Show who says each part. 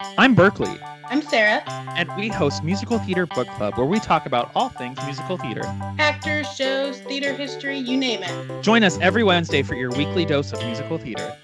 Speaker 1: I'm Berkeley,
Speaker 2: I'm Sarah.
Speaker 1: and we host Musical Theater Book Club, where we talk about all things musical theater.
Speaker 2: Actors, shows, theater history, you name it.
Speaker 1: Join us every Wednesday for your weekly dose of musical theater.